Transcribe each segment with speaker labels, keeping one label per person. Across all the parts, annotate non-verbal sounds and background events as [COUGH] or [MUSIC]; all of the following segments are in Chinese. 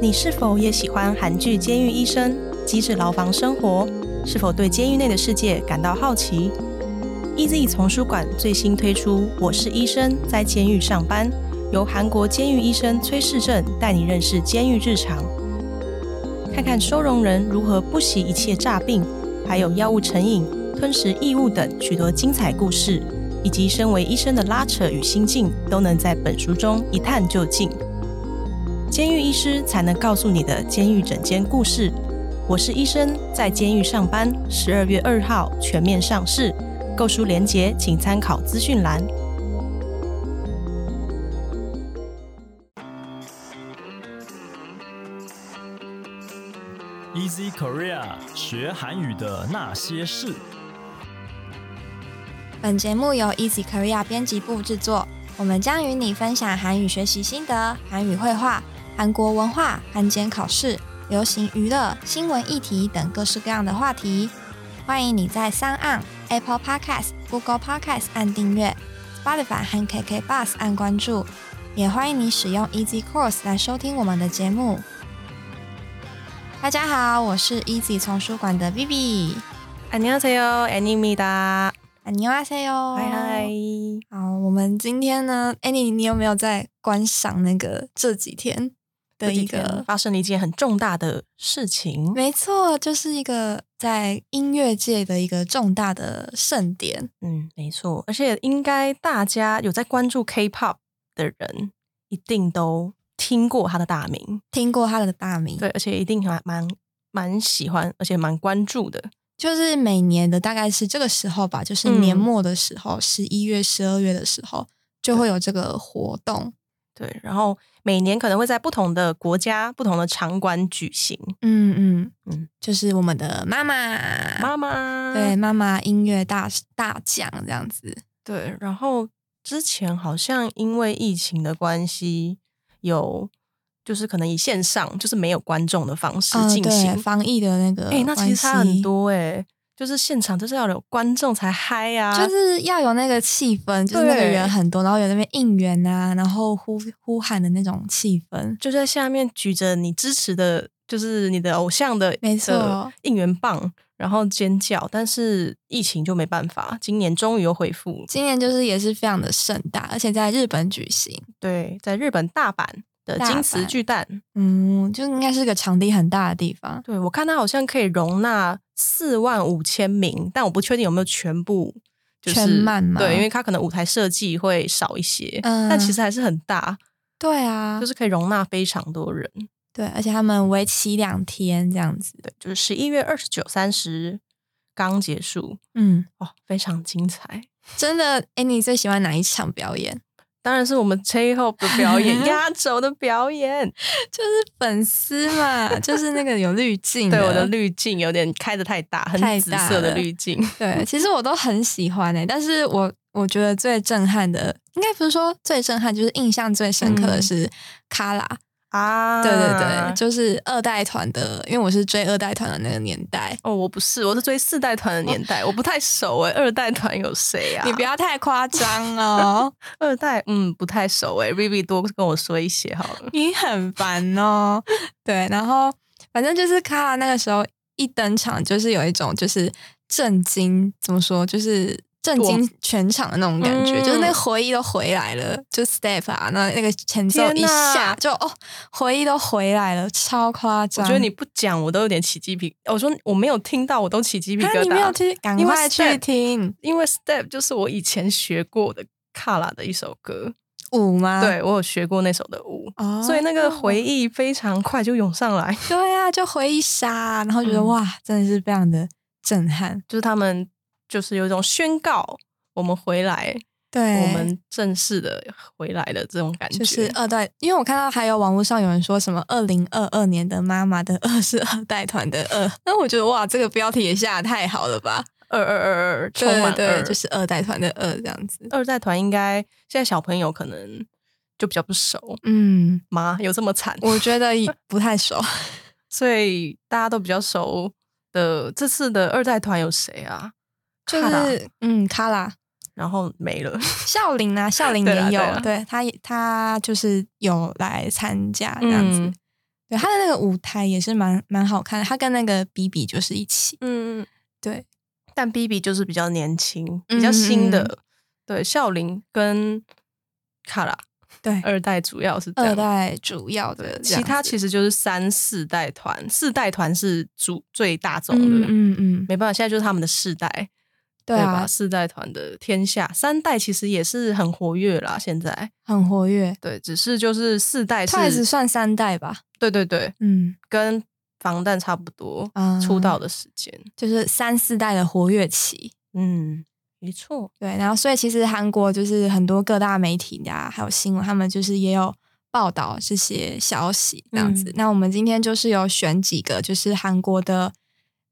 Speaker 1: 你是否也喜欢韩剧《监狱医生》《机智牢房生活》？是否对监狱内的世界感到好奇？EZ 丛书馆最新推出《我是医生，在监狱上班》，由韩国监狱医生崔世正带你认识监狱日常，看看收容人如何不惜一切诈病，还有药物成瘾、吞食异物等许多精彩故事，以及身为医生的拉扯与心境，都能在本书中一探究竟。监狱医师才能告诉你的监狱整间故事。我是医生，在监狱上班。十二月二号全面上市，购书链接请参考资讯栏。
Speaker 2: Easy Korea 学韩语的那些事。
Speaker 3: 本节目由 Easy Korea 编辑部制作，我们将与你分享韩语学习心得、韩语绘画、韩国文化、韩检考试、流行娱乐、新闻议题等各式各样的话题。欢迎你在 s o Apple Podcast、Google Podcast 按订阅，Spotify 和 KK Bus 按关注，也欢迎你使用 Easy Course 来收听我们的节目。大家好，我是 Easy 丛书馆的 Vivi，
Speaker 1: 안녕하세요，Animida。
Speaker 3: 안녕하세요，
Speaker 1: 嗨嗨，
Speaker 3: 好，我们今天呢，Annie，你有没有在观赏那个这几天的一
Speaker 1: 这几天
Speaker 3: 个？
Speaker 1: 发生了一件很重大的事情，
Speaker 3: 没错，就是一个在音乐界的一个重大的盛典。
Speaker 1: 嗯，没错，而且应该大家有在关注 K-pop 的人，一定都听过他的大名，
Speaker 3: 听过他的大名，
Speaker 1: 对，而且一定蛮蛮蛮喜欢，而且蛮关注的，
Speaker 3: 就是每年的大概是这个时候吧，就是
Speaker 1: 嗯
Speaker 3: 年末的时候，十一、月、十二月的时候就会有这个活动。
Speaker 1: 对，然后每年可能会在不同的国家、不同的场馆举行。
Speaker 3: 嗯嗯
Speaker 1: 嗯
Speaker 3: 嗯，就是我们的妈妈，
Speaker 1: 妈妈，
Speaker 3: 啊对妈妈音乐大大奖这样子。
Speaker 1: 对，然后之前好像因为疫情的关系，有就是可能以线上就是没有观众的方式
Speaker 3: 呃
Speaker 1: 进
Speaker 3: 对
Speaker 1: 行。
Speaker 3: 防疫的那个
Speaker 1: 哎、那其实差
Speaker 3: 关系
Speaker 1: 很，多哎、就是现场就是要有观众才嗨呀、啊，
Speaker 3: 就是要有那个气氛，就是那个
Speaker 1: 对
Speaker 3: 人很多，然后有那边应援啊，然后呼呼喊的那种气氛。
Speaker 1: 就在下面举着你支持的，就是你的偶像的
Speaker 3: 没错
Speaker 1: 的应援棒，然后尖叫。但是疫情就没办法，今年终于又恢复。
Speaker 3: 今年就是也是非常的盛大，而且在日本举行，
Speaker 1: 对，在日本大阪的
Speaker 3: 大
Speaker 1: 金瓷
Speaker 3: 阪
Speaker 1: 巨蛋，
Speaker 3: 嗯，就应该是个场地很大的地方。
Speaker 1: 对我看它好像可以容纳四万五千名，但我不确定有没有全部。就是、
Speaker 3: 全满吗
Speaker 1: 对，因为它可能舞台设计会少一些，
Speaker 3: 嗯
Speaker 1: 但其实还是很大，
Speaker 3: 对啊，
Speaker 1: 就是可以容纳非常多人。
Speaker 3: 对，而且他们为期两天这样子。
Speaker 1: 对，就是十一月二十九、三十刚结束，
Speaker 3: 嗯，
Speaker 1: 哦，非常精彩。
Speaker 3: 真的，哎，你最喜欢哪一场表演？
Speaker 1: 当然是我们 J Hope 的表
Speaker 3: [LAUGHS]
Speaker 1: 演，压轴的表演。
Speaker 3: 就是粉丝 [LAUGHS] 嘛，就是那个有滤镜，
Speaker 1: 对，我的。滤镜有点开的太大，很
Speaker 3: 太
Speaker 1: 紫
Speaker 3: 大
Speaker 1: 色的
Speaker 3: 了
Speaker 1: 滤镜。
Speaker 3: 对，其实我都很喜欢诶、欸但是我我觉得最震撼的，应该不是说最震撼，就是印象最深刻的
Speaker 1: 嗯
Speaker 3: 是卡拉、
Speaker 1: 啊
Speaker 3: 对对对，就是二代团的，因为我是追二代团的那个年代。
Speaker 1: 哦，我不是，我是追四代团的年代，我不太熟哎、二代团有谁啊？
Speaker 3: 你不要太夸张 [LAUGHS] 哦，
Speaker 1: 二代，嗯，不太熟哎、Vivi 多跟我说一些好了。
Speaker 3: 你很烦哦。对，然后反正就是卡拉那个时候一登场，就是有一种就是震惊，怎么说，就是震惊全场的那种感觉，
Speaker 1: 嗯
Speaker 3: 就是那个回忆都回来了，就 step 啊，那那个前奏
Speaker 1: 天
Speaker 3: 一
Speaker 1: 哪
Speaker 3: 下就哦，回忆都回来了，超夸
Speaker 1: 我
Speaker 3: 张。
Speaker 1: 觉得你不讲，我都有点起鸡皮。哦我说我没有听到，我都起鸡皮
Speaker 3: 啊，
Speaker 1: 疙瘩。
Speaker 3: 你没有听，赶
Speaker 1: 因为
Speaker 3: 快去
Speaker 1: step-
Speaker 3: 听
Speaker 1: 因为 Step 就是我以前学过的卡拉的一首歌，
Speaker 3: 舞吗？，
Speaker 1: 对我有学过那首的舞，
Speaker 3: 啊哦，
Speaker 1: 所以那个回忆非常快就涌上来。
Speaker 3: 对啊，就回忆杀，然后觉得、
Speaker 1: 嗯
Speaker 3: 哇，真的是非常的震撼。
Speaker 1: 就是他们就是有一种宣告我们回来，
Speaker 3: 对，
Speaker 1: 我们正式的回来的这种感觉。
Speaker 3: 就是二代，因为我看到还有网络上有人说什么二零二二年的妈妈的二是二代团的
Speaker 1: [LAUGHS]
Speaker 3: 二，那我觉得哇，这个标题也下得太好了吧？
Speaker 1: 二二二二，充
Speaker 3: 对
Speaker 1: 满
Speaker 3: 对
Speaker 1: 二
Speaker 3: 对，就是二代团的二这样子。
Speaker 1: 二代团应该现在小朋友可能就比较不熟
Speaker 3: 嗯，
Speaker 1: 吗？有这么惨？
Speaker 3: 我觉得不太熟。
Speaker 1: 所以大家都比较熟的这次的二代团有谁啊？
Speaker 3: 就
Speaker 1: 卡拉
Speaker 3: 是嗯，卡拉
Speaker 1: 然后没了。
Speaker 3: 孝琳啊，孝琳
Speaker 1: 对啦
Speaker 3: 也有
Speaker 1: 对啦，
Speaker 3: 对他也他就是有来参加这样子，
Speaker 1: 嗯
Speaker 3: 对，他的那个舞台也是蛮蛮好看的，他跟那个 B B 就是一起，
Speaker 1: 嗯，
Speaker 3: 对，
Speaker 1: 但 B B 就是比较年轻，
Speaker 3: 嗯
Speaker 1: 比较新的，对，孝琳跟卡拉
Speaker 3: 对，
Speaker 1: 二代主要是这
Speaker 3: 二
Speaker 1: 样。
Speaker 3: 代主要
Speaker 1: 对
Speaker 3: 的，，
Speaker 1: 其他其
Speaker 3: 实
Speaker 1: 实就是三四代团，四代团是主最大众
Speaker 3: 嗯
Speaker 1: 的，
Speaker 3: 嗯嗯，
Speaker 1: 没办法，现在就是他们的世代，
Speaker 3: 对
Speaker 1: 吧？
Speaker 3: 啊，
Speaker 1: 四代团的天下，三代其实也是很活跃啦，现在
Speaker 3: 很活跃。
Speaker 1: 对，只是就是四代是，
Speaker 3: Twice 算三代吧，
Speaker 1: 对对对，
Speaker 3: 嗯
Speaker 1: 跟防弹差不多、
Speaker 3: 啊
Speaker 1: 出道的时间，
Speaker 3: 就是三四代的活跃期。
Speaker 1: 嗯，没错，
Speaker 3: 对，然后所以其实韩国就是很多各大媒体呀、还有新闻，他们就是也有报道这些消息这样子。
Speaker 1: 嗯
Speaker 3: 那我们今天就是有选几个就是韩国的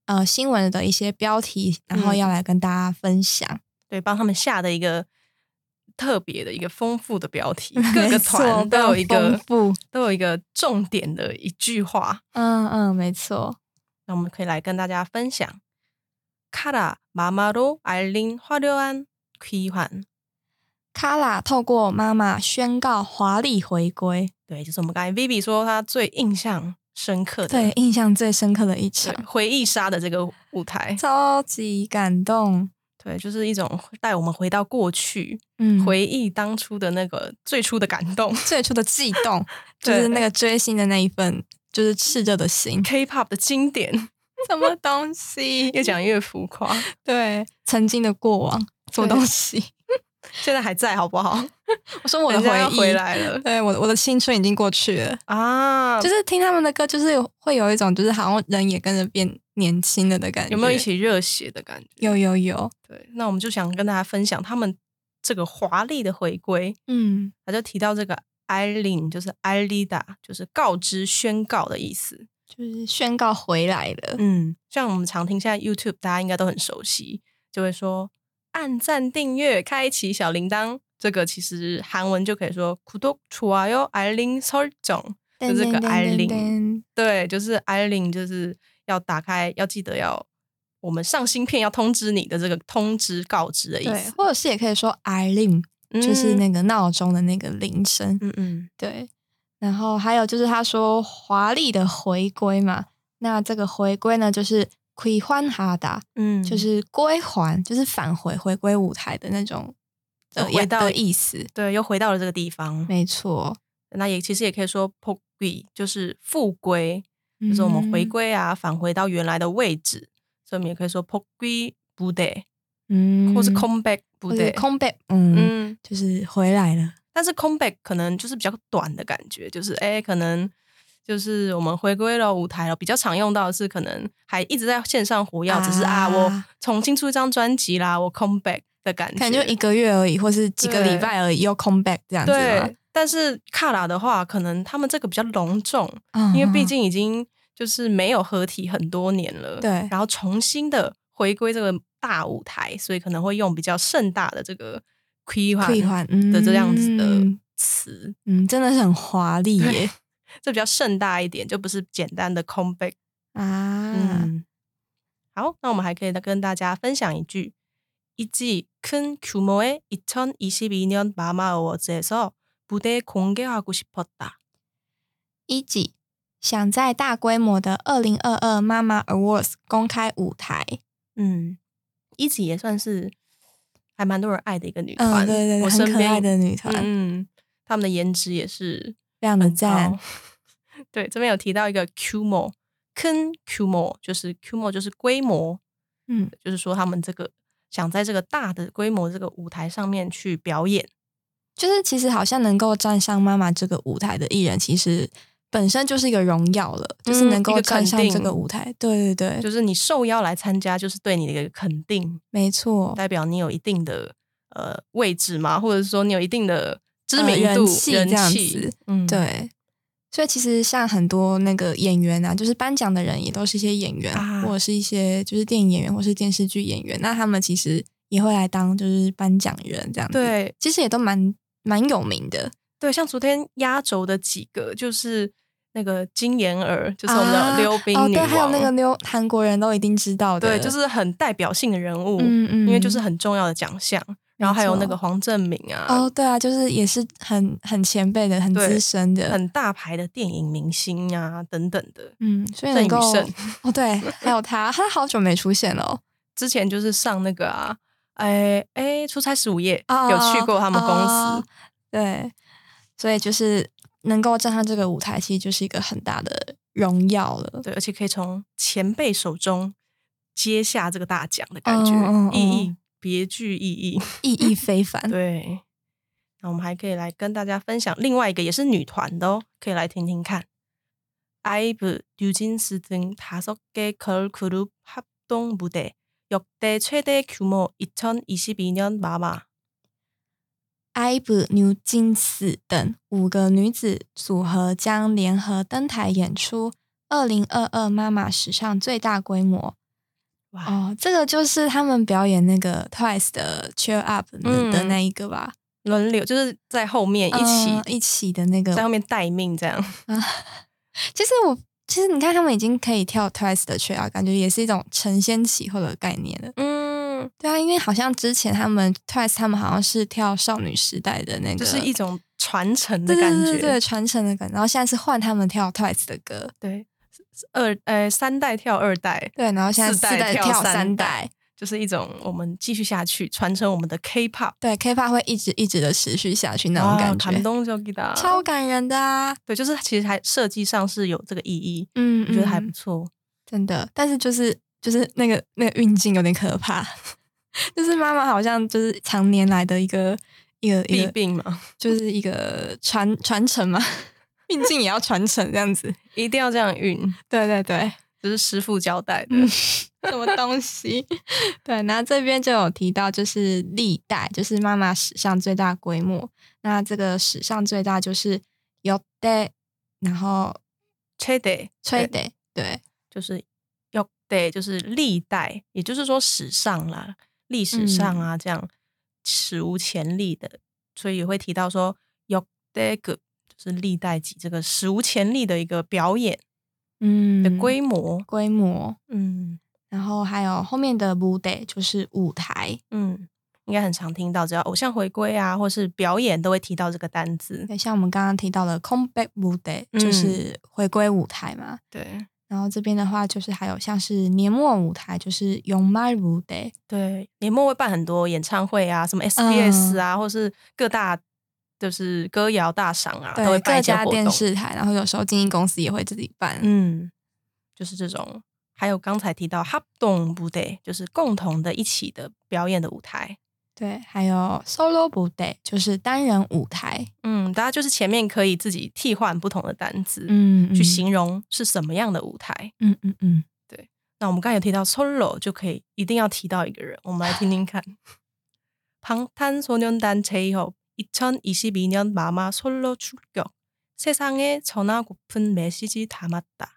Speaker 3: 呃新闻的一些标题，然后
Speaker 1: 嗯
Speaker 3: 要来跟大家分享。
Speaker 1: 对，帮他们下的一个特别的一个丰富的标题，各
Speaker 3: [LAUGHS] 没
Speaker 1: 个
Speaker 3: 错
Speaker 1: 团都有一个
Speaker 3: 非常丰富
Speaker 1: 都有一个重点的一句话，
Speaker 3: 嗯嗯，没错。
Speaker 1: 那我们可以来跟大家分享。카라마마로알린화려한귀환，
Speaker 3: 卡拉透过妈妈宣告华丽回归，
Speaker 1: 对，就是我们刚才 Vivi 说她最印象深刻的，
Speaker 3: 对，印象最深刻的一场
Speaker 1: 对，回忆杀的这个舞台，
Speaker 3: 超级感动。
Speaker 1: 对，就是一种带我们回到过去，
Speaker 3: 嗯，
Speaker 1: 回忆当初的那个最初的感动。
Speaker 3: 最初的悸 [LAUGHS] 动，就
Speaker 1: 对。
Speaker 3: 是那个追星的那一份，就是炽热的心
Speaker 1: K-pop 的经典，
Speaker 3: [LAUGHS] 什么东西？
Speaker 1: 越讲越浮夸，
Speaker 3: [LAUGHS] 对曾经的过往，什么
Speaker 1: 对
Speaker 3: 东西？
Speaker 1: 现在还在好不好？
Speaker 3: [LAUGHS] 我说 [LAUGHS] 我的
Speaker 1: 人家要
Speaker 3: 回忆
Speaker 1: 回，来
Speaker 3: [LAUGHS]
Speaker 1: 了
Speaker 3: 对我的我的青春已经过去了。
Speaker 1: 啊！
Speaker 3: 嗯就是听他们的歌，就是有会有一种，就是好像人也跟着变年轻了的感觉。
Speaker 1: 有没有一？起热血的感觉？
Speaker 3: 有有有，
Speaker 1: 对，那我们就想跟大家分享他们这个华丽的回归。
Speaker 3: 嗯
Speaker 1: 他就提到这个 Eileen，就是 Eilida，就是告知、宣告的意思。
Speaker 3: 就是宣告回来了。
Speaker 1: 嗯，像我们常听现在 YouTube，大家应该都很熟悉，就会说按赞、订阅、开启小铃铛。这个其实韩文就可以说 구독、좋아요、알림 설정。就这个
Speaker 3: 噔噔噔噔
Speaker 1: Eileen 对，就是 Eileen，就是要打开，要记得要我们上新片要通知你的这个通知、告知的意
Speaker 3: 对，
Speaker 1: 思。
Speaker 3: 或者是也可以说 Eileen，就是那个闹钟的那个铃声。
Speaker 1: 嗯嗯
Speaker 3: 对，然后还有就是他说华丽的回归嘛，那这个回归呢，就是归还哈达，
Speaker 1: 嗯，
Speaker 3: 就是归还，就是返回回归舞台的那种的
Speaker 1: 哦回到嗯
Speaker 3: 的意思。
Speaker 1: 对，又回到了这个地方。
Speaker 3: 没错，
Speaker 1: 那也其实也可以说 “pogui”，就是复归，就是我们
Speaker 3: 嗯
Speaker 1: 回归啊，返回到原来的位置，所以我们也可以说 “pogui 不得”
Speaker 3: 嗯，嗯
Speaker 1: 或是 “come back 不
Speaker 3: 或是
Speaker 1: 得”。
Speaker 3: 空白，嗯，
Speaker 1: 嗯，
Speaker 3: 就是回来了。
Speaker 1: 但是 “come back” 可能就是比较短的感觉，就是哎、可能就是我们回归了舞台了。比较常用到的是，可能还一直在线上活跃，只是啊，我
Speaker 3: 啊
Speaker 1: 重新出一张专辑啦，我 “come back” 的感觉，
Speaker 3: 可能就一个月而已，或是几个
Speaker 1: 对
Speaker 3: 礼拜而已，又空白这样子嘛
Speaker 1: 对。但是卡拉的话，可能他们这个比较隆重，
Speaker 3: 嗯
Speaker 1: 因为毕竟已经就是没有合体很多年了，
Speaker 3: 对
Speaker 1: 然后重新的回归这个大舞台，所以可能会用比较盛大的这个“亏还
Speaker 3: 退还嗯
Speaker 1: 的这样子的词，
Speaker 3: 嗯，真的是很华丽耶
Speaker 1: 这比较盛大一点，就不是简单的 “come back”。
Speaker 3: 啊！
Speaker 1: 嗯，好，那我们还可以跟大家分享一句：이지큰규모의2022년마마어워즈에서무대공개하고싶었다。
Speaker 3: 一级想在大规模的二零二二妈妈 Awards 公开舞台。
Speaker 1: 嗯，一子也算是还蛮多人爱的一个女团，
Speaker 3: 嗯，对对对，
Speaker 1: 我
Speaker 3: 很
Speaker 1: 身
Speaker 3: 可爱
Speaker 1: 边
Speaker 3: 的女团，
Speaker 1: 嗯，她们的颜值也是
Speaker 3: 非常的
Speaker 1: 很
Speaker 3: 赞
Speaker 1: 高。 [LAUGHS] 对，这边有提到一个 QMO，坑 QMO 就是 QMO 就是规模，
Speaker 3: 嗯，
Speaker 1: 就是说他们这个想在这个大的规模这个舞台上面去表演，
Speaker 3: 就是其实好像能够站上妈妈这个舞台的艺人，其实本身就是一个荣耀了，就是能
Speaker 1: 嗯一
Speaker 3: 够
Speaker 1: 个
Speaker 3: 站
Speaker 1: 肯
Speaker 3: 上这
Speaker 1: 定
Speaker 3: 个舞台。对对对，
Speaker 1: 就是你受邀来参加，就是对你的一个肯定，
Speaker 3: 没错。
Speaker 1: 代表你有一定的呃位置嘛，或者是说你有一定的知
Speaker 3: 呃
Speaker 1: 名
Speaker 3: 人
Speaker 1: 度、
Speaker 3: 气
Speaker 1: 人
Speaker 3: 这样
Speaker 1: 气
Speaker 3: 子，
Speaker 1: 嗯，。
Speaker 3: 对。所以其实像很多那个演员啊，就是颁奖的人也都是一些演员，
Speaker 1: 啊
Speaker 3: 或者是一些就是电影演员或是电视剧演员，那他们其实也会来当就是颁奖人这样子。，
Speaker 1: 对
Speaker 3: 其实也都蛮蛮有名的。
Speaker 1: 对，像昨天压轴的几个，就是那个金妍儿，就是我们
Speaker 3: 啊
Speaker 1: 的溜冰
Speaker 3: 哦，
Speaker 1: 女
Speaker 3: 对，
Speaker 1: 王，
Speaker 3: 还有那个溜韩国人都一定知道的，
Speaker 1: 对，就是很代表性的人物，
Speaker 3: 嗯嗯，
Speaker 1: 因为就是很重要的奖项。然后还有
Speaker 3: 没错
Speaker 1: 那个黄正明啊，
Speaker 3: 哦，对啊，就是也是很很前辈的、很
Speaker 1: 对
Speaker 3: 资深的，
Speaker 1: 很大牌的电影明星啊等等的。
Speaker 3: 嗯，所以
Speaker 1: 郑
Speaker 3: 能
Speaker 1: 宇
Speaker 3: 够
Speaker 1: 盛
Speaker 3: 哦，对，还有他，他好久没出现了哦，
Speaker 1: 之前就是上那个啊，哎哎，出差十五夜、
Speaker 3: 啊
Speaker 1: 有去过他们公司，
Speaker 3: 啊对，所以就是能够站上这个舞台，其实就是一个很大的荣耀了。
Speaker 1: 对，而且可以从前辈手中接下这个大奖的感觉，
Speaker 3: 嗯嗯嗯
Speaker 1: 意义别具意义。
Speaker 3: 意义非凡。
Speaker 1: 对，那我们还可以来跟大家分享另外一个也是女团的哦，可以来听听看。IVE 뉴진스 등다섯개걸그룹합동무대역대최대규모2022년마마
Speaker 3: IVE、牛津斯等五个女子组合将联合登台演出二零二二妈妈史上最大规模
Speaker 1: 哇，
Speaker 3: 哦，这个就是他们表演那个 Twice 的 Cheer Up 的,、
Speaker 1: 嗯
Speaker 3: 的那一个吧，
Speaker 1: 轮流就是在后面一起、
Speaker 3: 嗯一起的那个
Speaker 1: 在后面待命这样。
Speaker 3: 其实我其实你看，他们已经可以跳 Twice 的 Cheer Up，感觉也是一种承先启后的概念了。
Speaker 1: 嗯，
Speaker 3: 对啊，因为好像之前他们 Twice 他们好像是跳少女时代的那个，
Speaker 1: 就是一种传承的
Speaker 3: 啊对
Speaker 1: 感
Speaker 3: 对
Speaker 1: 觉。
Speaker 3: 对对对传承的感觉。然后现在是换他们跳 Twice 的歌，
Speaker 1: 对，是二呃三代跳二代，
Speaker 3: 对，然后现在
Speaker 1: 四
Speaker 3: 四
Speaker 1: 代
Speaker 3: 代
Speaker 1: 跳
Speaker 3: 跳
Speaker 1: 三
Speaker 3: 三
Speaker 1: 代
Speaker 3: 代，
Speaker 1: 就是一种我们继续下去传承我们的 K-pop
Speaker 3: 对 K-pop 会一直一直的持续下去那种感
Speaker 1: 感
Speaker 3: 觉，
Speaker 1: 动就给他
Speaker 3: 超感人的啊！
Speaker 1: 对，就是其实还设计上是有这个意义，
Speaker 3: 嗯，
Speaker 1: 我觉得还
Speaker 3: 嗯
Speaker 1: 不错。
Speaker 3: 真的，但是就是就是那个那个运镜有点可怕， [LAUGHS] 就是妈妈好像就是常年来的一个一个一
Speaker 1: 弊
Speaker 3: 个
Speaker 1: 病嘛，
Speaker 3: 就是一个传传承嘛，运镜也要传承这样子。
Speaker 1: 一定要这样运，
Speaker 3: 对对对，
Speaker 1: 就是师傅交代的。
Speaker 3: 嗯什么东西？ [LAUGHS] 对，然后这边就有提到，就是历代就是妈妈史上最大规模，那这个史上最大就是有的，然后
Speaker 1: 吹得
Speaker 3: 吹的，对，
Speaker 1: 就是要得就是历代，也就是说史上啦，历史上啊、这样史无前例的，所以也会提到说要得个就是历代级这个史无前例的一个表演
Speaker 3: 嗯
Speaker 1: 的规模，
Speaker 3: 规模，
Speaker 1: 嗯
Speaker 3: 然后还有后面的舞台就是舞台，
Speaker 1: 嗯，应该很常听到，只要偶像回归啊，或是表演都会提到这个单字，
Speaker 3: 对，像我们刚刚提到的空白舞台
Speaker 1: 嗯
Speaker 3: 就是回归舞台嘛。
Speaker 1: 对
Speaker 3: 然后这边的话就是还有像是年末舞台就是用麦舞台，
Speaker 1: 对，年末会办很多演唱会啊，什
Speaker 3: 嗯
Speaker 1: 么 SBS 啊，或是各大就是歌谣大赏啊，都会
Speaker 3: 对
Speaker 1: 办
Speaker 3: 各
Speaker 1: 一些
Speaker 3: 家
Speaker 1: 活
Speaker 3: 电
Speaker 1: 动。
Speaker 3: 视台，然后有时候经纪公司也会自己办。
Speaker 1: 嗯，就是这种。还有刚才提到 h a p d o n 部队，就是共同的一起的表演的舞台。
Speaker 3: 对，还有 solo 舞台就是单人舞台，
Speaker 1: 嗯，大家就是前面可以自己替换不同的单词、
Speaker 3: 嗯
Speaker 1: 去，形容是什么样的舞台。
Speaker 3: 嗯嗯嗯，
Speaker 1: 那我们刚才有提到 solo，就可以一定要提到一个人，我们来听听看。방탄소년단제이홉2022년마마솔로출격세상에전하고픈메시지담았다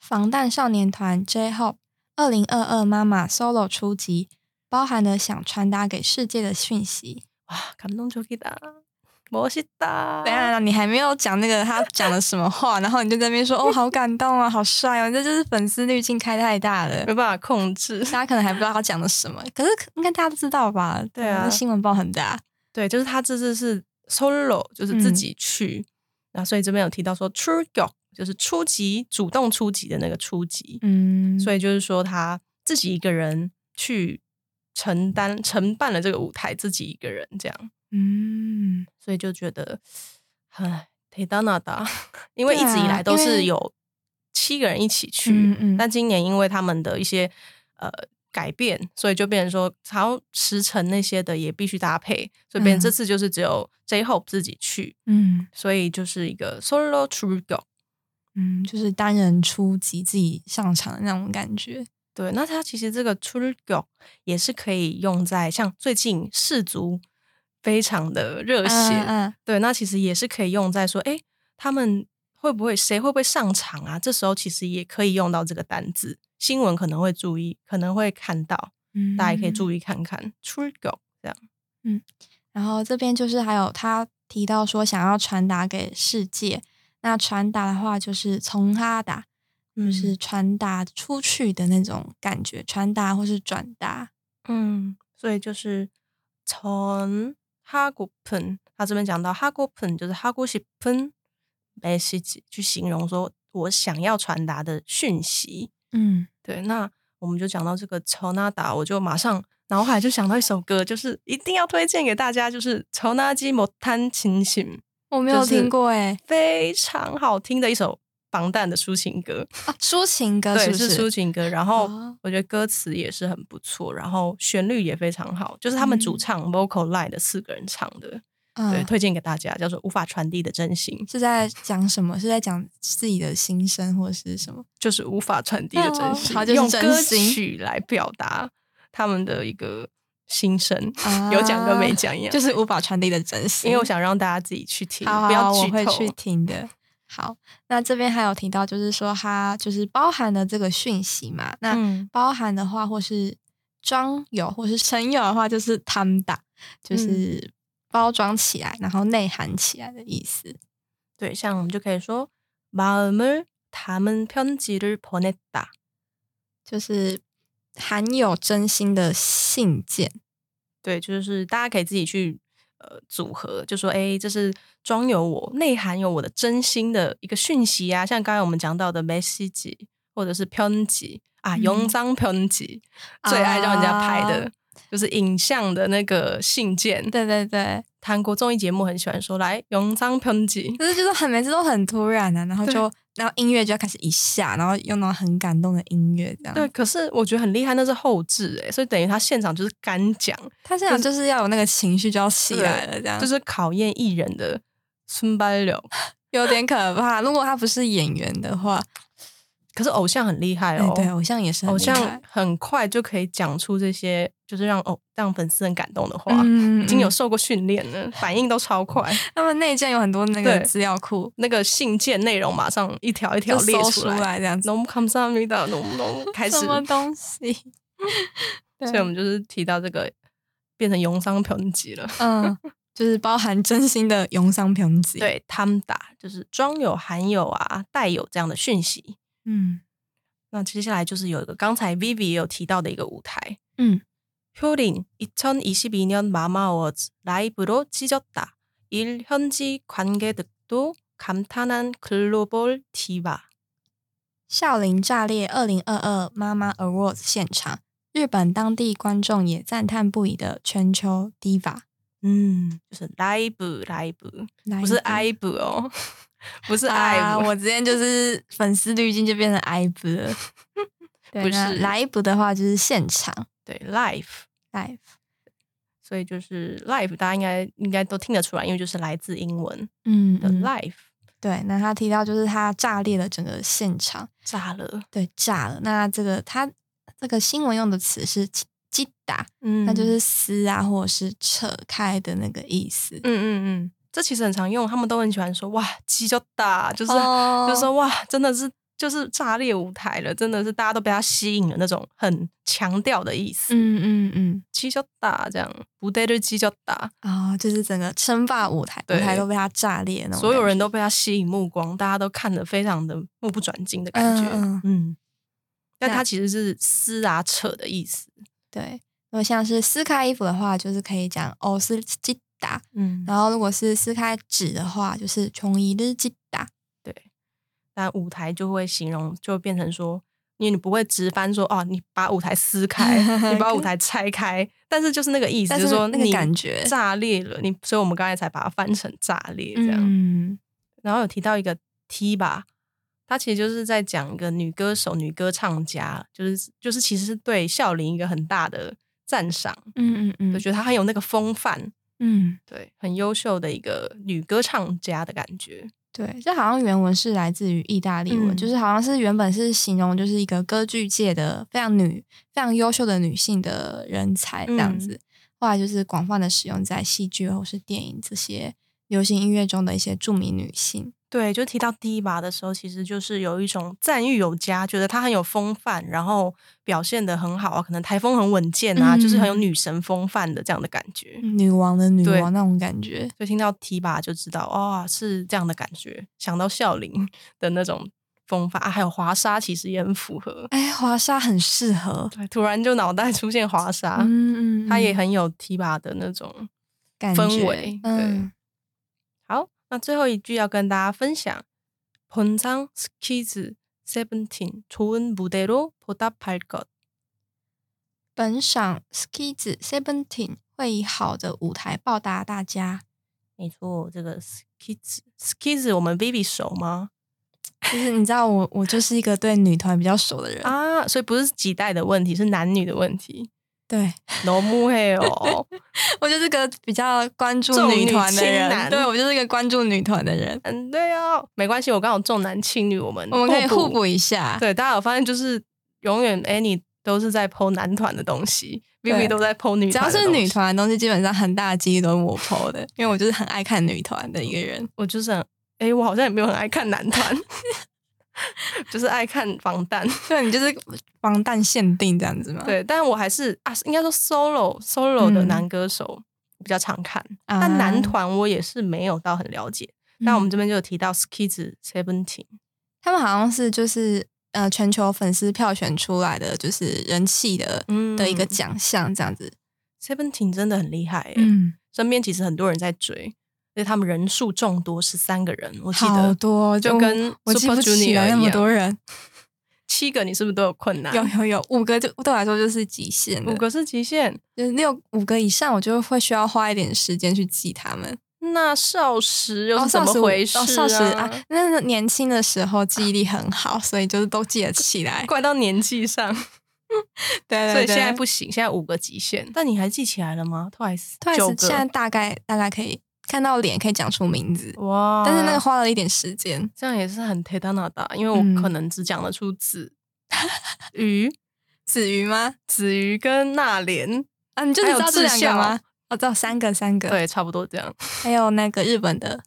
Speaker 3: 防弹少年团 J-Hope 二零二二妈妈 solo 出击，包含了想传达给世界的讯息。
Speaker 1: 와, 감동적이다. 멋있다.
Speaker 3: 等一下，啊你还没有讲那个他讲了什么话，然后你就在那 [LAUGHS] 边说哦，好感动啊，好帅哦，这就是粉丝滤镜开太大了。
Speaker 1: 没办法控制。
Speaker 3: 大家可能还不知道他讲了什么，可是应该大家都知道吧？
Speaker 1: 对啊
Speaker 3: 那新闻报很大。
Speaker 1: 对，就是他这次是 solo，就是自己去。那、所以这边有提到说出局，就是出击，主动出击的那个出击。
Speaker 3: 嗯
Speaker 1: 所
Speaker 3: 以
Speaker 1: 以就是说他自己一个人去承担承办了这个舞台，自己一个人这样，
Speaker 3: 嗯，
Speaker 1: 所以就觉得，唉，忒当那达， [LAUGHS] 因为一
Speaker 3: 对
Speaker 1: 直以
Speaker 3: 啊
Speaker 1: 来都
Speaker 3: 因
Speaker 1: 是
Speaker 3: 为
Speaker 1: 有七个人一起去，
Speaker 3: 嗯嗯
Speaker 1: 但今年因为他们的一些呃改变，所以就变成说，好像时辰那些的也必须搭配，所以变成这
Speaker 3: 嗯
Speaker 1: 次就是只有 J Hope 自己去，
Speaker 3: 嗯
Speaker 1: 所以就是一个 solo trio。
Speaker 3: 嗯，就是单人出击自己上场的那种感觉。
Speaker 1: 对，那它其实这个 trio 也是可以用在像最近氏族非常的热血，
Speaker 3: 嗯
Speaker 1: 对，那其实也是可以用在说，哎，他们会不会谁会不会上场啊？这时候其实也可以用到这个单字，新闻可能会注意，可能会看到。
Speaker 3: 嗯，
Speaker 1: 大家也可以注
Speaker 3: 意。
Speaker 1: 意看看。出狗这样，
Speaker 3: 然后这边就是还有他提到说想要传达给世界，那传达的话就是从哈达，
Speaker 1: 嗯
Speaker 3: 就是传达出去的那种感觉，传达或是转达。
Speaker 1: 嗯，所以就是从哈古喷，他这边讲到哈古喷就是哈古喜喷 message 去形容说我想要传达的讯息。
Speaker 3: 嗯，
Speaker 1: 对，那我们就讲到这个乔纳达，我就马上脑海就想到一首歌，就是一定要推荐给大家，就是乔纳基莫弹琴琴，
Speaker 3: 我没有
Speaker 1: 就是
Speaker 3: 听过
Speaker 1: [LAUGHS]
Speaker 3: 哎、
Speaker 1: 非常好听的一首防弹的抒情歌，
Speaker 3: 啊，抒情歌是
Speaker 1: 对，
Speaker 3: 不
Speaker 1: 是
Speaker 3: 是？
Speaker 1: 抒情歌。然后
Speaker 3: 哦
Speaker 1: 我觉得歌词也是很不错，然后旋律也非常好，就是他们主
Speaker 3: 嗯
Speaker 1: 唱 vocal line 的四个人唱的，对，
Speaker 3: 嗯，
Speaker 1: 推荐给大家，叫做《无法传递的真心》，
Speaker 3: 是在讲什么？是在讲自己的心声或是什么？
Speaker 1: 就是无法传递的真心，
Speaker 3: 哦好就是
Speaker 1: 用
Speaker 3: 真
Speaker 1: 歌
Speaker 3: 心
Speaker 1: 曲来表达他们的一个心声。
Speaker 3: 啊
Speaker 1: [LAUGHS] 有讲跟没讲一样，
Speaker 3: 就是无法传递的真心。
Speaker 1: 因为我想让大家自己去听，
Speaker 3: 好好
Speaker 1: 不要
Speaker 3: 好我
Speaker 1: 剧
Speaker 3: 会
Speaker 1: 透。
Speaker 3: 去听的。好，那这边还有提到，就是说它就是包含了这个讯息嘛。那
Speaker 1: 嗯，
Speaker 3: 包含的话，或是装有，或是成有的话，就是他们打，
Speaker 1: 嗯
Speaker 3: 就是包装起来，然后内涵起来的意思。
Speaker 1: 对，像我们就可以说마음을담은편지를보냈다，
Speaker 3: 就是含有真心的信件。
Speaker 1: 对，就是大家可以自己去呃组合，就说哎，诶这是装有我内涵有我的真心的一个讯息啊，像刚才我们讲到的 message 或者是편지啊，
Speaker 3: 嗯
Speaker 1: 영상편지最爱让人家拍的、
Speaker 3: 啊
Speaker 1: 就是影像的那个信件。
Speaker 3: 对对对，
Speaker 1: 韩国综艺节目很喜欢说来영상편지，
Speaker 3: [LAUGHS] 就是就是很每次都很突然啊，然后
Speaker 1: 对
Speaker 3: 就然后音乐就要开始一下，然后用那种很感动的音乐这样。
Speaker 1: 对，，可是我觉得很厉害，那是后置哎、所以等于他现场就是干讲，
Speaker 3: 他现场就是要有那个情绪就要起来了，这样
Speaker 1: 就是考验艺人的孙班柳。
Speaker 3: 有点可怕。如果他不是演员的话，
Speaker 1: 可是偶像很厉害
Speaker 3: 哎
Speaker 1: 哦，
Speaker 3: 对，偶像也是很
Speaker 1: 偶
Speaker 3: 厉害
Speaker 1: 像很快就可以讲出这些，就是让偶让粉丝很感动的话，
Speaker 3: 嗯，
Speaker 1: 已经有
Speaker 3: 嗯
Speaker 1: 受过训练了，反应都超
Speaker 3: [LAUGHS]
Speaker 1: 快，
Speaker 3: 他们内建有很多那个
Speaker 1: 对
Speaker 3: 资料库，
Speaker 1: 那个信件内容马上一条一条
Speaker 3: 就
Speaker 1: 列
Speaker 3: 搜
Speaker 1: 出
Speaker 3: 出
Speaker 1: 来。
Speaker 3: 来这样子，
Speaker 1: 农康萨米达农
Speaker 3: [LAUGHS]
Speaker 1: 农开始
Speaker 3: 什，么东西？对
Speaker 1: 所以我们就是提到这个变成永商 [LAUGHS] 评级了。
Speaker 3: 嗯，就是包含真心的永商评级，，
Speaker 1: 对，他们打就是装有、含有啊、带有这样的讯息。
Speaker 3: 嗯
Speaker 1: 那接下来就是有一个刚才 Vivi 也有提到的一个舞台，
Speaker 3: 嗯，
Speaker 1: 효린 2022년 마마워즈 라이브로 찢었다. 일 현지 관객들도 감탄한 글로벌 디바.
Speaker 3: 笑林炸裂二零二二妈妈 Awards 现场，日本当地观众也赞叹不已的全球 diva，
Speaker 1: 음,就是 라이브 라이브 不是 IVE [LAUGHS] 哦，不是 IVE，、
Speaker 3: 啊，我之前就是粉丝滤镜就变成 I 部 [LAUGHS] 了，对
Speaker 1: 不
Speaker 3: 那
Speaker 1: 是
Speaker 3: 来一部的话就是现场
Speaker 1: 对 live，
Speaker 3: live，
Speaker 1: 네,所以就是 live，大家应该应该都听得出来，因为就是来自英文
Speaker 3: 嗯
Speaker 1: 的
Speaker 3: 嗯
Speaker 1: live，、
Speaker 3: 对，那他提到就是他炸裂了整个现场，
Speaker 1: 炸了，
Speaker 3: 对，炸了。那这个他这个新闻用的词是击打，
Speaker 1: 嗯
Speaker 3: 那就是撕啊或者是扯开的那个意思。
Speaker 1: 嗯嗯嗯，这其实很常用，他们都很喜欢说哇鸡就打，就是、
Speaker 3: 哦
Speaker 1: 就是说哇，真的是就是炸裂舞台了，真的是大家都被他吸引了那种很强调的意思，
Speaker 3: 嗯嗯嗯，
Speaker 1: 鸡就打这样，不对就鸡就打，
Speaker 3: 啊、就是整个称霸舞台，舞
Speaker 1: 对
Speaker 3: 台都被他炸裂那种感觉，
Speaker 1: 所有人都被他吸引目光，大家都看得非常的目不转睛的感觉，
Speaker 3: 嗯嗯
Speaker 1: 嗯。但
Speaker 3: 那
Speaker 1: 它其实是撕啊扯的意思，
Speaker 3: 对。如果像是撕开衣服的话，就是可以讲哦是击打，
Speaker 1: 嗯
Speaker 3: 然后如果是撕开纸的话，就是从一日击打。
Speaker 1: 但舞台就会形容，就会变成说，因为你不会直翻说哦，你把舞台撕开，你把舞
Speaker 3: [LAUGHS]
Speaker 1: 台拆开，但是就是那个意思，
Speaker 3: 但
Speaker 1: 就是说
Speaker 3: 那个
Speaker 1: 你
Speaker 3: 感觉
Speaker 1: 炸裂了，你，所以我们刚才才把它翻成炸裂这样。
Speaker 3: 嗯
Speaker 1: 然后有提到一个 T 吧，它其实就是在讲一个女歌手、女歌唱家，就是就是其实是对孝琳一个很大的赞赏，
Speaker 3: 嗯嗯
Speaker 1: 我
Speaker 3: 嗯
Speaker 1: 觉得她很有那个风范，
Speaker 3: 嗯，
Speaker 1: 对，很优秀的一个女歌唱家的感觉。
Speaker 3: 对，这好像原文是来自于意大利文，
Speaker 1: 嗯
Speaker 3: 就是好像是原本是形容就是一个歌剧界的非常女、非常优秀的女性的人才这
Speaker 1: 嗯
Speaker 3: 样子。后来就是广泛的使用在戏剧或是电影这些流行音乐中的一些著名女性。
Speaker 1: 对，就提到第一把的时候，其实就是有一种赞誉有加，觉得她很有风范，然后表现的很好啊，可能台风很稳健啊，就是很有
Speaker 3: 嗯
Speaker 1: 女神风范的这样的感觉。
Speaker 3: 女王的女
Speaker 1: 嗯对
Speaker 3: 王那种感觉，
Speaker 1: 哦 [LAUGHS] 所以听到提拔就知道，哇、是这样的感觉，想到孝琳的那种风帆、啊还有华沙，其实也很符合。
Speaker 3: 哎，华沙很适合，
Speaker 1: 对，突然就脑袋出现华沙，
Speaker 3: 嗯
Speaker 1: 它也很有提拔的那种
Speaker 3: 感
Speaker 1: 氛
Speaker 3: 觉
Speaker 1: 围对
Speaker 3: 嗯，
Speaker 1: 好，那最后一句要跟大家分享。본상스키즈세븐틴좋은무대로보답할것。
Speaker 3: 本赏 Skiz Seventeen 会以好的舞台报答大家，
Speaker 1: 没错，这个 skiz skiz 我们 Vivi 熟吗？
Speaker 3: 就是你知道我我就是一个对女团比较熟的人，
Speaker 1: 啊，所以不是几代的问题，是男女的问题。
Speaker 3: 对 [LAUGHS]
Speaker 1: No m e 哦，
Speaker 3: 我就是个比较关注
Speaker 1: 重
Speaker 3: 女
Speaker 1: 女
Speaker 3: 团的
Speaker 1: 轻
Speaker 3: 人，
Speaker 1: 男
Speaker 3: 对我就是一个关注女团的人，
Speaker 1: 嗯，对哦，没关系，我刚好重男轻女，我们
Speaker 3: 我们可以嗯互补一下，
Speaker 1: 对，大家有发现就是永远 Annie 都是在剖男团的东西
Speaker 3: 对
Speaker 1: ，Vivi 都在剖女
Speaker 3: 只
Speaker 1: 团
Speaker 3: 要
Speaker 1: 的东西，
Speaker 3: 是女团的东西，基本上很大几率都是我 PO 的，因为我就是很爱看女团的一个人。
Speaker 1: 我就是很，哎、我好像也没有很爱看男团， [LAUGHS] 就是爱看防
Speaker 3: [LAUGHS]
Speaker 1: 弹。
Speaker 3: 对，你就是防弹限定这样子嘛。，
Speaker 1: 对，但我还是啊，应该说 solo solo 的
Speaker 3: 嗯
Speaker 1: 男歌手比较常看，
Speaker 3: 啊
Speaker 1: 但男，团我也是没有到很了解。
Speaker 3: 嗯
Speaker 1: 那我们这边就有提到 Skiz Seventeen，
Speaker 3: 他们好像是就是呃全球粉丝票选出来的，就是人气的、
Speaker 1: 嗯
Speaker 3: 的一个奖项这样子。
Speaker 1: Seventeen 真的很厉害、欸，
Speaker 3: 嗯，
Speaker 1: 身边其实很多人在追，而且他们人数众多，十三个人，我记
Speaker 3: 好
Speaker 1: 得
Speaker 3: 多，
Speaker 1: 就跟
Speaker 3: 我记
Speaker 1: Super
Speaker 3: 不起来
Speaker 1: Junior
Speaker 3: 那
Speaker 1: 一
Speaker 3: 么
Speaker 1: 样
Speaker 3: 多人，
Speaker 1: 七个，你是不是都有困难？
Speaker 3: 有有有五个就对我来说就是极限了
Speaker 1: 五，个是极限。
Speaker 3: 就是六五个以上，我就会需要花一点时间去记他们。
Speaker 1: 那少时又
Speaker 3: 哦，
Speaker 1: 是怎
Speaker 3: 少
Speaker 1: 么
Speaker 3: 时
Speaker 1: 回事、
Speaker 3: 哦，少时啊，那个年轻的时候记忆力很好，所以就是都记得起来。 [LAUGHS]
Speaker 1: 怪到年纪上，
Speaker 3: 对对对，
Speaker 1: 所以现在不行，现在五个极限。但你还记起来了吗？Twice，九
Speaker 3: Twice
Speaker 1: 个
Speaker 3: 啊现在大概大概可以看到脸，可以讲出名字，
Speaker 1: 哇！
Speaker 3: 但是那个花了一点时间。
Speaker 1: 这样也是很 t e t a n a 的，因为我
Speaker 3: 嗯
Speaker 1: 可能只讲得出子、鱼、
Speaker 3: 子瑜吗？
Speaker 1: 子鱼跟那莲，
Speaker 3: 啊，你就只知道这两个
Speaker 1: 还有
Speaker 3: 吗
Speaker 1: 智？
Speaker 3: 我知道三个，三个。，
Speaker 1: 对，差不多这样。
Speaker 3: 还有那个日本的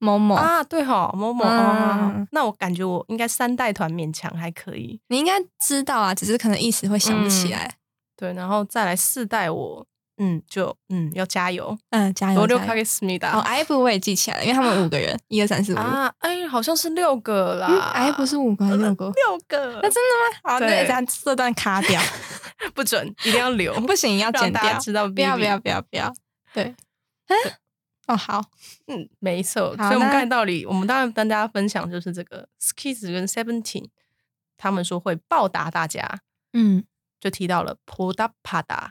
Speaker 3: 某某，
Speaker 1: 啊，对哈，某某、
Speaker 3: 嗯
Speaker 1: 啊，那我感觉我应该三代团勉强还可以，
Speaker 3: 你应该知道啊，只是可能一时会想不起
Speaker 1: 嗯
Speaker 3: 来。
Speaker 1: 对，然后再来四代我，嗯，就嗯要加油，
Speaker 3: 嗯，加油！
Speaker 1: 我就
Speaker 3: 加
Speaker 1: 开
Speaker 3: 油
Speaker 1: 给思密达
Speaker 3: 哦，F 我也记起来了，因为他们五个人，一二三四五。
Speaker 1: 啊，哎，好像是六个啦，
Speaker 3: 哎，不是五个还是六个？
Speaker 1: 六个，
Speaker 3: [LAUGHS] 那真的吗？ [LAUGHS] 好，那
Speaker 1: 对
Speaker 3: 这样这段卡掉，
Speaker 1: [LAUGHS] 不准，一定要留，
Speaker 3: [LAUGHS] 不行，要
Speaker 1: 让
Speaker 3: 剪
Speaker 1: 大家
Speaker 3: 掉。
Speaker 1: 知道，
Speaker 3: 不要不要，不要不要！对，啊哦好，
Speaker 1: 嗯，没错，
Speaker 3: 好
Speaker 1: 所以我们
Speaker 3: 那
Speaker 1: 刚才道理，我们当然跟大家分享就是这个 Skis 跟 Seventeen，他们说会报答大家，
Speaker 3: 嗯，
Speaker 1: 就提到了 Poda Pada，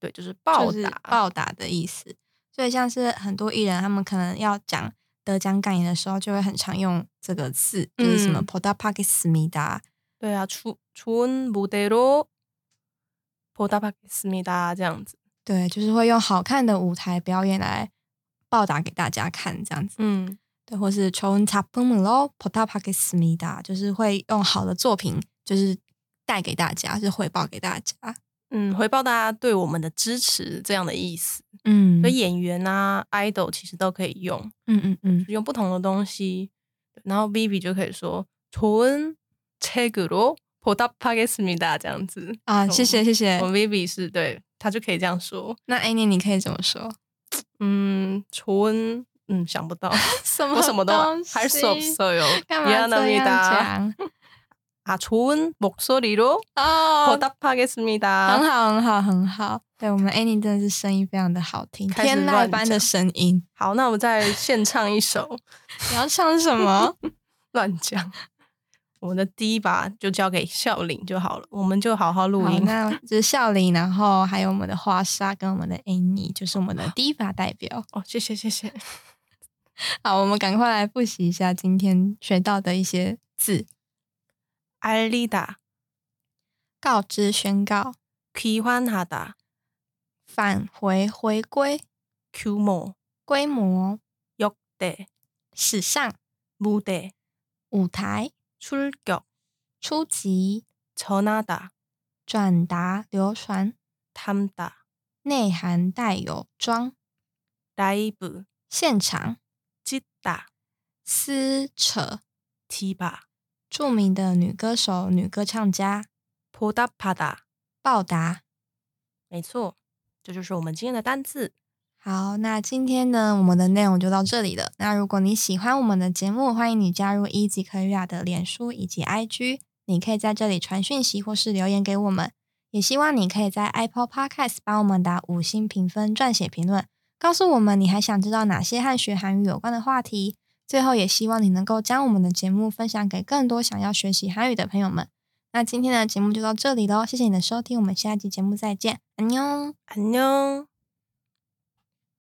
Speaker 1: 对，就是报
Speaker 3: 就是
Speaker 1: 答，
Speaker 3: 报答的意思。所以像是很多艺人，他们可能要讲得奖感言的时候，就会很常用这个字，就是什么
Speaker 1: 嗯
Speaker 3: p o d a p a k i s m i d a
Speaker 1: 对啊，좋은무대로보답하겠습니다这样子。
Speaker 3: 对，就是会用好看的舞台表演来报答给大家看，这样子。
Speaker 1: 嗯，
Speaker 3: 对，或是 좋은 작품으로 p o d a p a k i s m i d a 就是会用好的作品，就是带给大家，就是回报给大家。
Speaker 1: 嗯，回报大家对我们的支持这样的意思。
Speaker 3: 嗯
Speaker 1: 所以演员啊、idol 其实都可以用，
Speaker 3: 嗯嗯嗯，
Speaker 1: 用不同的东西。然后 Vivi 就可以说좋은책으로보답하겠습니다这 어,样子。
Speaker 3: 啊，谢谢谢谢
Speaker 1: 哦我。们 Vivi 是对他就可以这样说。
Speaker 3: 那 Annie，你可以怎么说？
Speaker 1: 嗯， 음, 좋은 음,嗯想 [LAUGHS] 不到，
Speaker 3: 什
Speaker 1: 我什么都
Speaker 3: 东西
Speaker 1: 还是없어요。
Speaker 3: 干嘛这样讲？ [LAUGHS]
Speaker 1: 아좋은목소리로
Speaker 3: 哦
Speaker 1: 보답하겠습니다
Speaker 3: [LAUGHS] 很好，很好，很好。对我们 Annie 真的是声音非常的好听，
Speaker 1: 开始
Speaker 3: 天籁
Speaker 1: 乱
Speaker 3: 般的
Speaker 1: 讲
Speaker 3: 声音。
Speaker 1: 好，那我们再现唱一 [LAUGHS] 首，
Speaker 3: [LAUGHS] 你要唱什 [LAUGHS] 么？
Speaker 1: 乱讲。我们的第一把就交给笑玲就好了，我们就好好录
Speaker 3: 好
Speaker 1: 音。
Speaker 3: 那就是笑林，然后还有我们的花沙跟我们的 Annie，就是我们的第一把代表。
Speaker 1: 哦，谢谢谢谢。
Speaker 3: 好，我们赶快来复习一下今天学到的一些字：
Speaker 1: 알리다
Speaker 3: 告知、宣告、
Speaker 1: 귀환하다
Speaker 3: 返回、回归、
Speaker 1: 규모
Speaker 3: 规模、
Speaker 1: 역대
Speaker 3: 史上、
Speaker 1: 무대
Speaker 3: 舞台、
Speaker 1: 출격
Speaker 3: 初级、
Speaker 1: 전하다
Speaker 3: 转达、流传、
Speaker 1: 담다
Speaker 3: 内涵带有装、
Speaker 1: 라이브
Speaker 3: 现场、
Speaker 1: 찢다
Speaker 3: 撕扯。
Speaker 1: 디바
Speaker 3: 著名的女歌手、女歌唱家
Speaker 1: 보답하다
Speaker 3: 报答。
Speaker 1: 没错，这就是我们今天的单字。
Speaker 3: 好，那今天呢，我们的内容就到这里了。那如果你喜欢我们的节目，欢迎你加入 Easy Korea 的脸书以及 IG，你可以在这里传讯息或是留言给我们。也希望你可以在 Apple Podcast 帮我们打五星评分、撰写评论，告诉我们你还想知道哪些和学韩语有关的话题。最后，也希望你能够将我们的节目分享给更多想要学习韩语的朋友们。那今天的节目就到这里喽，谢谢你的收听，我们下期节目再见，安妞。
Speaker 1: 安妞。